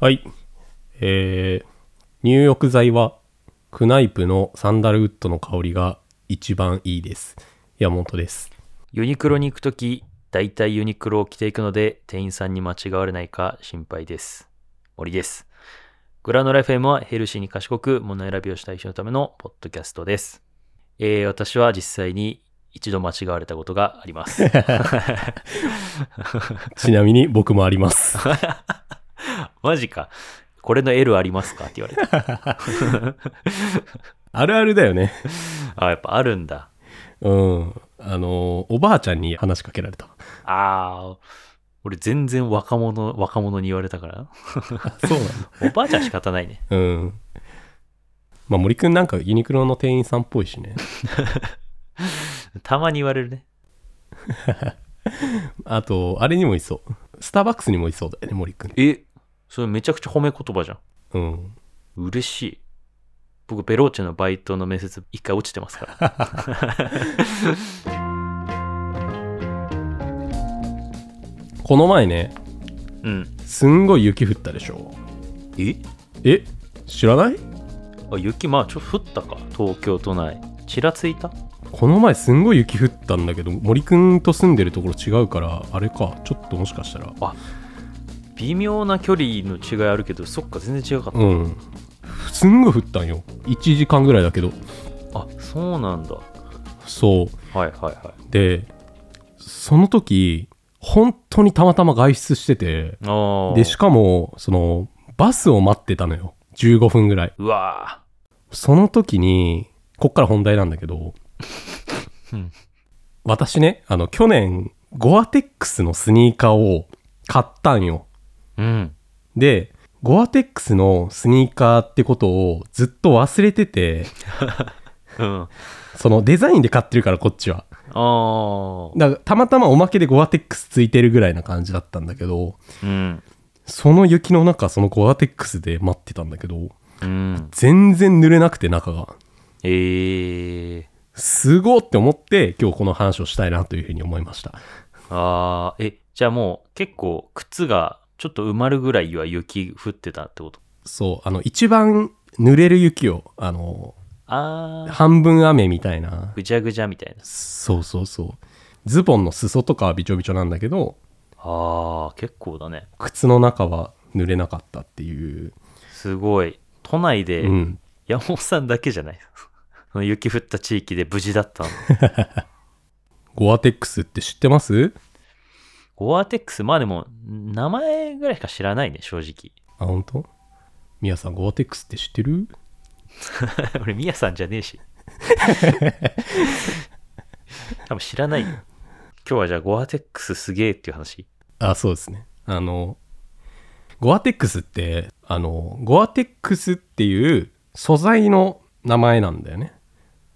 はい。えー、入浴剤は、クナイプのサンダルウッドの香りが一番いいです。山本です。ユニクロに行くとき、だいたいユニクロを着ていくので、店員さんに間違われないか心配です。森です。グラノラ FM はヘルシーに賢く物選びをしたい人のためのポッドキャストです。えー私は実際に一度間違われたことがあります。ちなみに僕もあります。マジか。これの L ありますかって言われた。 あるあるだよね。あ、やっぱあるんだ。うん。あのー、おばあちゃんに話しかけられた。あー、俺全然若者、若者に言われたから。そうなんだ。おばあちゃん仕方ないね。 うん。まあ、森くんなんかユニクロの店員さんっぽいしね。たまに言われるね。あと、あれにもいそう。スターバックスにもいそうだよね、森くん。え、それめちゃくちゃ褒め言葉じゃん。うん。嬉しい。僕、ベローチェのバイトの面接、一回落ちてま すから。この前ね、うん。すんごい雪降ったでしょ。ええ知らないあ、雪、まあ、ちょっと降ったか。東京都内。ちらついたこの前すんごい雪降ったんだけど森くんと住んでるところ違うからあれかちょっともしかしたら微妙な距離の違いあるけど、そっか、全然違かっうんすんごい降ったんよ1時間ぐらいだけどた。あ、そうなんだ。はそういはいはでその時本当にたまたま外出しててい。ああ。でしかもそのバスを待ってたのよ15分ぐらいうわその時にこっから本題なんだけどうん私ねあの去年ゴアテックスのスニーカーを買ったんよーうん。で、ゴアテックスのスニーカーってことをずっと忘れてて、うん。あそのデザインで買ってるからこっちは。あ。だからたまたまおまけでゴアテックスついてるぐらいな感じだったんだけど、うん。その雪の中そのゴアテックスで待ってたんだけど、うん。全然濡れなくて中が。ええー。すごーって思って今日この話をしたいなというふうに思いました。ああ。え、じゃあもう、結構、靴が、ちょっと埋まるぐらいは雪降ってたってことそう、あの一番濡れる雪を、あの、ああ。半分雨みたいな。ぐちゃぐちゃみたいな。そうそうそう。ズボンの裾とかはびちょびちょなんだけど、ああ、結構だね。靴の中は濡れなかったっていう、すごい。都内で、うん、山本さんだけじゃない。 その雪降った地域で無事だったの。ゴアテックスって知ってますゴアテックス、まあでも、名前ぐらいしか知らないね、正直。 あ本当みやさんゴアテックスって知ってる俺、ミヤさんじゃねえ し。多分知らないよ。今日はじゃあ、ゴアテックスすげえっていう話。あそうですねあのゴアテックスってあのゴアテックスっていう素材の名前なんだよね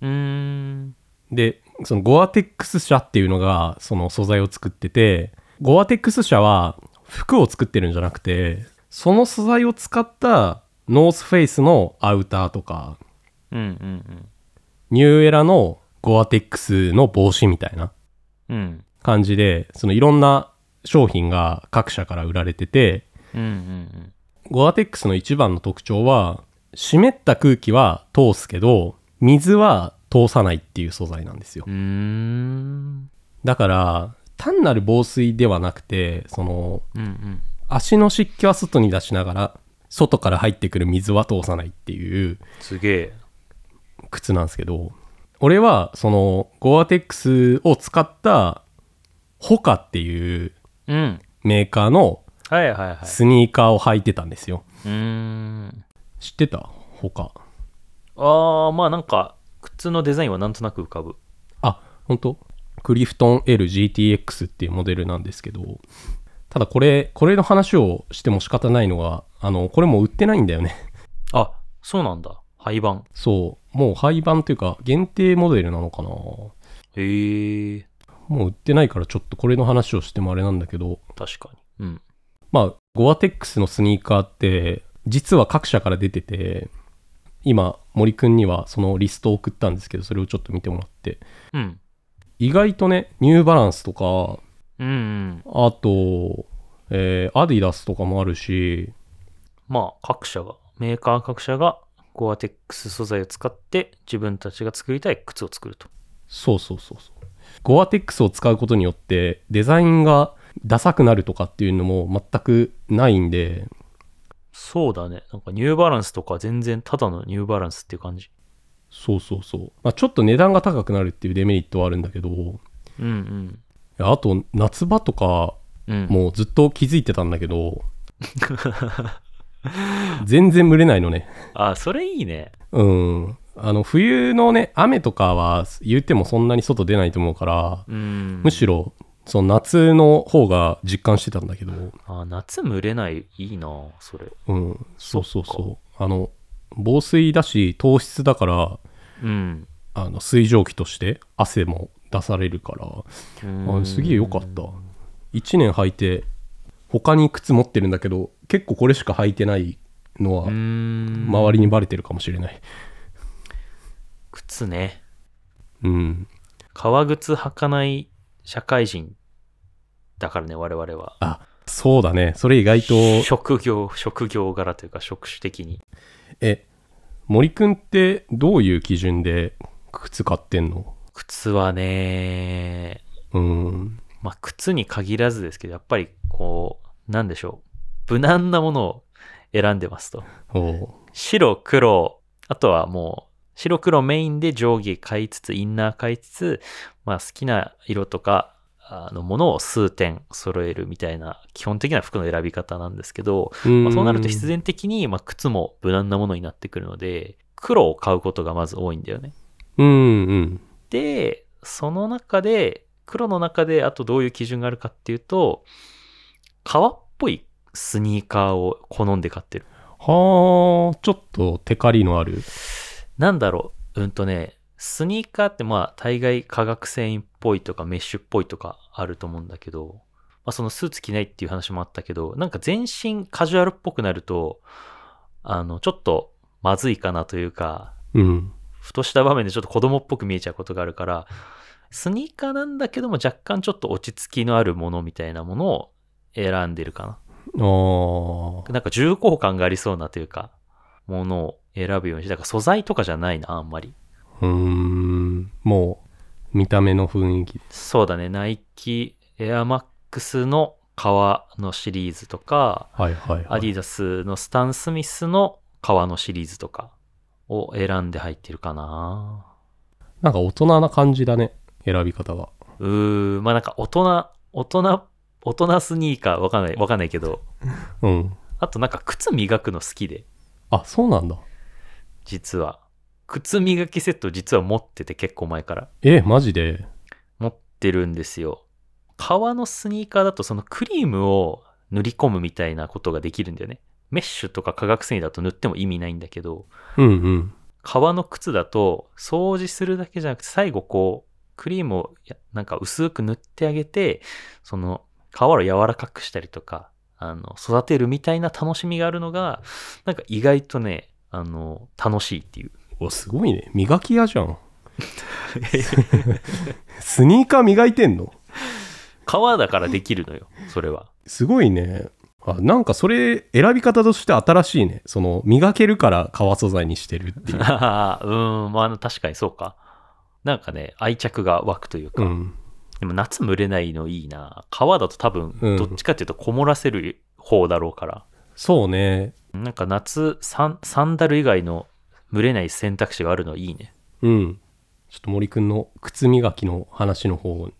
うーん。でそのゴアテックス社っていうのがその素材を作っててゴアテックス社は服を作ってるんじゃなくてその素材を使ったノースフェイスのアウターとかうんうんニューエラのゴアテックスの帽子みたいなうん。うん。感じで、そのいろんな商品が各社から売られてて、うんうんうん。ゴアテックスの一番の特徴は、湿った空気は通すけど、水は通さないっていう素材なんですよう。ーん。だから、単なる防水ではなくて、その、うんうん。足の湿気は外に出しながら、外から入ってくる水は通さないっていうすげえ。靴なんですけど俺はそのゴアテックスを使ったホカっていううん。メーカーのはいはいはい。スニーカーを履いてたんですよ、うーん。知ってたホカああ、まあなんか、靴のデザインはなんとなく浮かぶ。あ本当クリフトン LGTX っていうモデルなんですけどただこれこれの話をしても仕方ないのがあのこれもう売ってないんだよねあ、そうなんだ。廃盤。そうもう廃盤というか限定モデルなのかなへえ、もう売ってないからちょっとこれの話をしてもあれなんだけど確かに。うん。まあ、ゴアテックスのスニーカーって、実は各社から出てて、今、森くんにはそのリストを送ったんですけど、それをちょっと見てもらって。うん。意外とね、ニューバランスとか、うん、うん。あと、えーアディダスとかもあるし、まあ各社が、メーカー各社がゴアテックス素材を使って自分たちが作りたい靴を作ると。そうそうそうそう。ゴアテックスを使うことによってデザインがダサくなるとかっていうのも全くないんで、そうだね。なんかニューバランスとか全然ただのニューバランスっていう感じ。そうそうそう。まあ、ちょっと値段が高くなるっていうデメリットはあるんだけど、いうんやあと夏場とかうん。うん。もうずっと気づいてたんだけど、全然蒸れないのね。あ、それいいね。うん。あの冬のね、雨とかは言ってもそんなに外出ないと思うから、うん。むしろ。ろその夏の方が実感してたんだけど、あ、夏蒸れない。いいなそれ。うん、そうそうそっかそう。あの、防水だし、糖質だから、うん。あの水蒸気として汗も出されるから、うんあすげえ良かった。1年履いて、他に靴持ってるんだけど、結構これしか履いてないのはう、ん。周りにバレてるかもしれない。靴ね。うん。革靴履かない社会人だからね、我々は。あ、そうだね。それ意外と、職業、職業柄というか、職種的に。え、森くんってどういう基準で靴買ってんの靴はね、うん。まあ、靴に限らずですけど、やっぱりこう、なんでしょう。無難なものを選んでますと。おう白、黒、あとはもう、白黒メインで上下買いつつ、インナー買いつつ、まあ好きな色とか、あのものを数点揃えるみたいな基本的な服の選び方なんですけど、まあ、そうなると必然的に、まあ、靴も無難なものになってくるので黒を買うことがまず多いんだよね。うんうん。でその中で黒の中であとどういう基準があるかっていうと革っぽいスニーカーを好んで買ってる。はあ、ちょっとテカリのある。なんだろううんとねスニーカーってまあ大概化学繊維っぽいとかメッシュっぽいとかあると思うんだけど、まあ、そのスーツ着ないっていう話もあったけどなんか全身カジュアルっぽくなるとあのちょっとまずいかなというかうん。ふとした場面でちょっと子供っぽく見えちゃうことがあるから、スニーカーなんだけども若干ちょっと落ち着きのあるものみたいなものを選んでるかああ。な。なんか重厚感がありそうなというか、ものを選ぶようにして、だから素材とかじゃないな、あんまり。うーん。もう、見た目の雰囲気。そうだね、ナイキ、エアマックスの革のシリーズとか、はいはいはアい。ディダスのスタン・スミスの革のシリーズとかを選んで入ってるかな。なんか大人な感じだね。選び方が。うーん、まあなんか大人、大人、大人スニーカーわかんない、わかんないけど、うん。あとなんか靴磨くの好きで、あ、そうなんだ。実は。靴磨きセット実は持ってて結構前から。え、マジで。持ってるんですよ。革のスニーカーだとそのクリームを塗り込むみたいなことができるんだよね。メッシュとか化学繊維だと塗っても意味ないんだけど、うんうん。革の靴だと掃除するだけじゃなくて最後こうクリームをやなんか薄く塗ってあげてその革を柔らかくしたりとかあの育てるみたいな楽しみがあるのがなんか意外とねあの楽しいっていうお、すごいね。磨き屋じゃん。 スニーカー磨いてんの革だからできるのよそれはすごいね。あ、なんかそれ、選び方として新しいね。その、磨けるから革素材にしてるってい う。あーうんまあ確かにそうかなんかね愛着が湧くというか、うん。でも夏蒸れないのいいな革だと多う分んどっちかっていうとこもらせる方だろうから、そうね。なんか夏サン、サンダル以外の蒸れない選択肢があるのいいね。うん。ちょっと森くんの靴磨きの話の方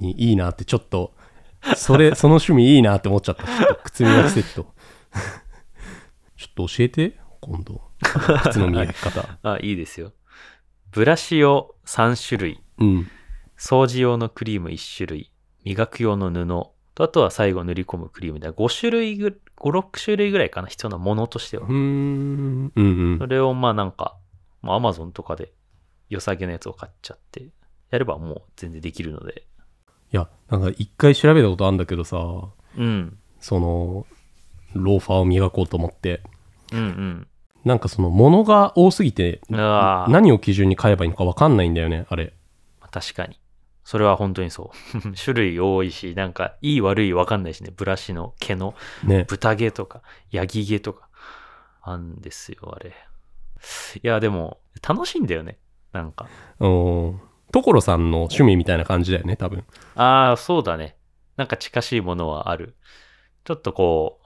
にいいなって、ちょっと、それ、その趣味いいなって思っちゃった。ちょっと靴磨きセット。 ちょっと教えて、今度。靴の磨き方。あ、いいですよ。ブラシ用3種類、うん。掃除用のクリーム1種類、磨く用の布、とあとは最後塗り込むクリームで5種類ぐ、5、6種類ぐらいかな、必要なものとしてうはー。ん。うんうんそ。れをまあなんか、まあ Amazon とかで良さげなやつを買っちゃって、やればもう全然できるので。いや、なんか一回調べたことあるんだけどさ、うん。その、ローファーを磨こうと思って。うんなんかその、物が多すぎて、うん。ああ、何を基準に買えばいいのかわかんないんだよね、あれ。確かに。それは本当に そう。種類多いし、なんか、いい悪いわかんないしね。ブラシの毛のね。豚毛とか、ヤギ毛とか、あんですよ、あれ。いや、でも、楽しいんだよね。なんか。うん。所さんの趣味みたいな感じだよね、多分。ああ、そうだね。なんか近しいものはある。ちょっとこう、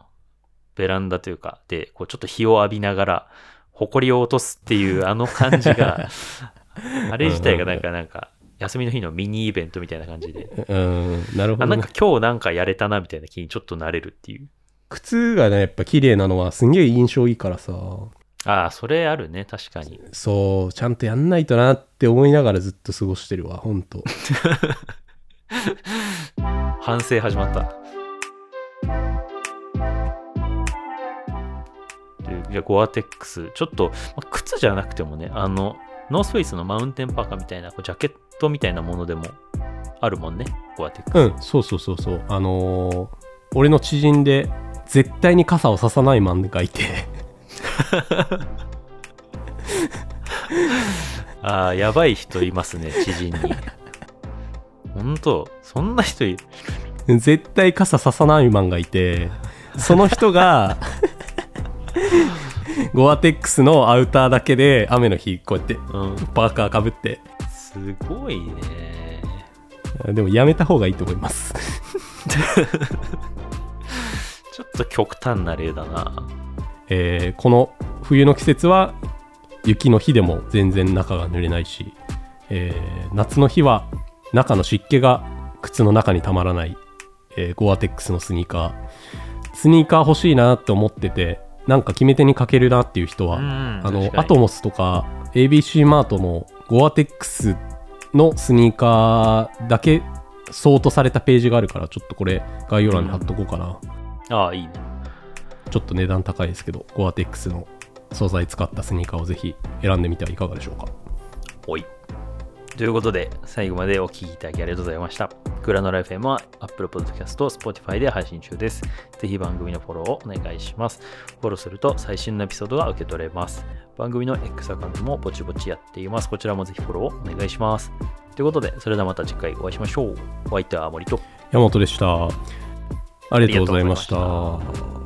ベランダというか、で、こうちょっと日を浴びながら、埃を落とすっていうあの感じ が、あれ自体がなんか、なんか、休みの日のミニイベントみたいな感じ で、うん。なるほあ、ど、なんねか。今日なんかやれたなみたいな気にちょっとなれるっていう。靴がね、やっぱ綺麗なのはすんげえ印象いいからさ。ああ、それあるね、確かに。そう、ちゃんとやんないとなって思いながらずっと過ごしてるわ、ほんと。反省始まった。でじゃあ、ゴアテックス、ちょっと、まあ靴じゃなくてもね、あの、ノースフェイスのマウンテンパーカーみたいな、こうジャケットみたいなものでもあるもんね、ゴアテックス。うん、そうそうそうそう。あのー俺の知人で、絶対に傘をささないマンがいて、 ああ、やばい人います ね、知人に。ほんと、そんな人いる。絶対傘ささないマンがいて、その人が、ゴアテックスのアウターだけで雨の日こうやってうん、パーカーかぶってすごいね。でもやめた方がいいと思いますちょっと極端な例だな。えーこの冬の季節は雪の日でも全然中が濡れないし、えー夏の日は中の湿気が靴の中にたまらない、えーゴアテックスのスニーカースニーカー欲しいなって思っててなんか決め手に欠けるなっていう人は、うんあの確かにアトモスとか ABC マートのゴアテックスのスニーカーだけソートされたページがあるからちょっとこれ概要欄に貼っとこうかな、ああ、いいね。ちょっと値段高いですけど、ゴアテックスの素材使ったスニーカーをぜひ選んでみてはいかがでしょうか。おい。ということで、最後までお聞きいただきありがとうございました。グラノラ FM は Apple Podcast と Spotify で配信中です。ぜひ番組のフォローをお願いします。フォローすると最新のエピソードが受け取れます。番組の X アカウントもぼちぼちやっています。こちらもぜひフォローをお願いします。ということで、それではまた次回お会いしましょう。お相手は森と。山本でした。ありがとうございましありがとうございまた。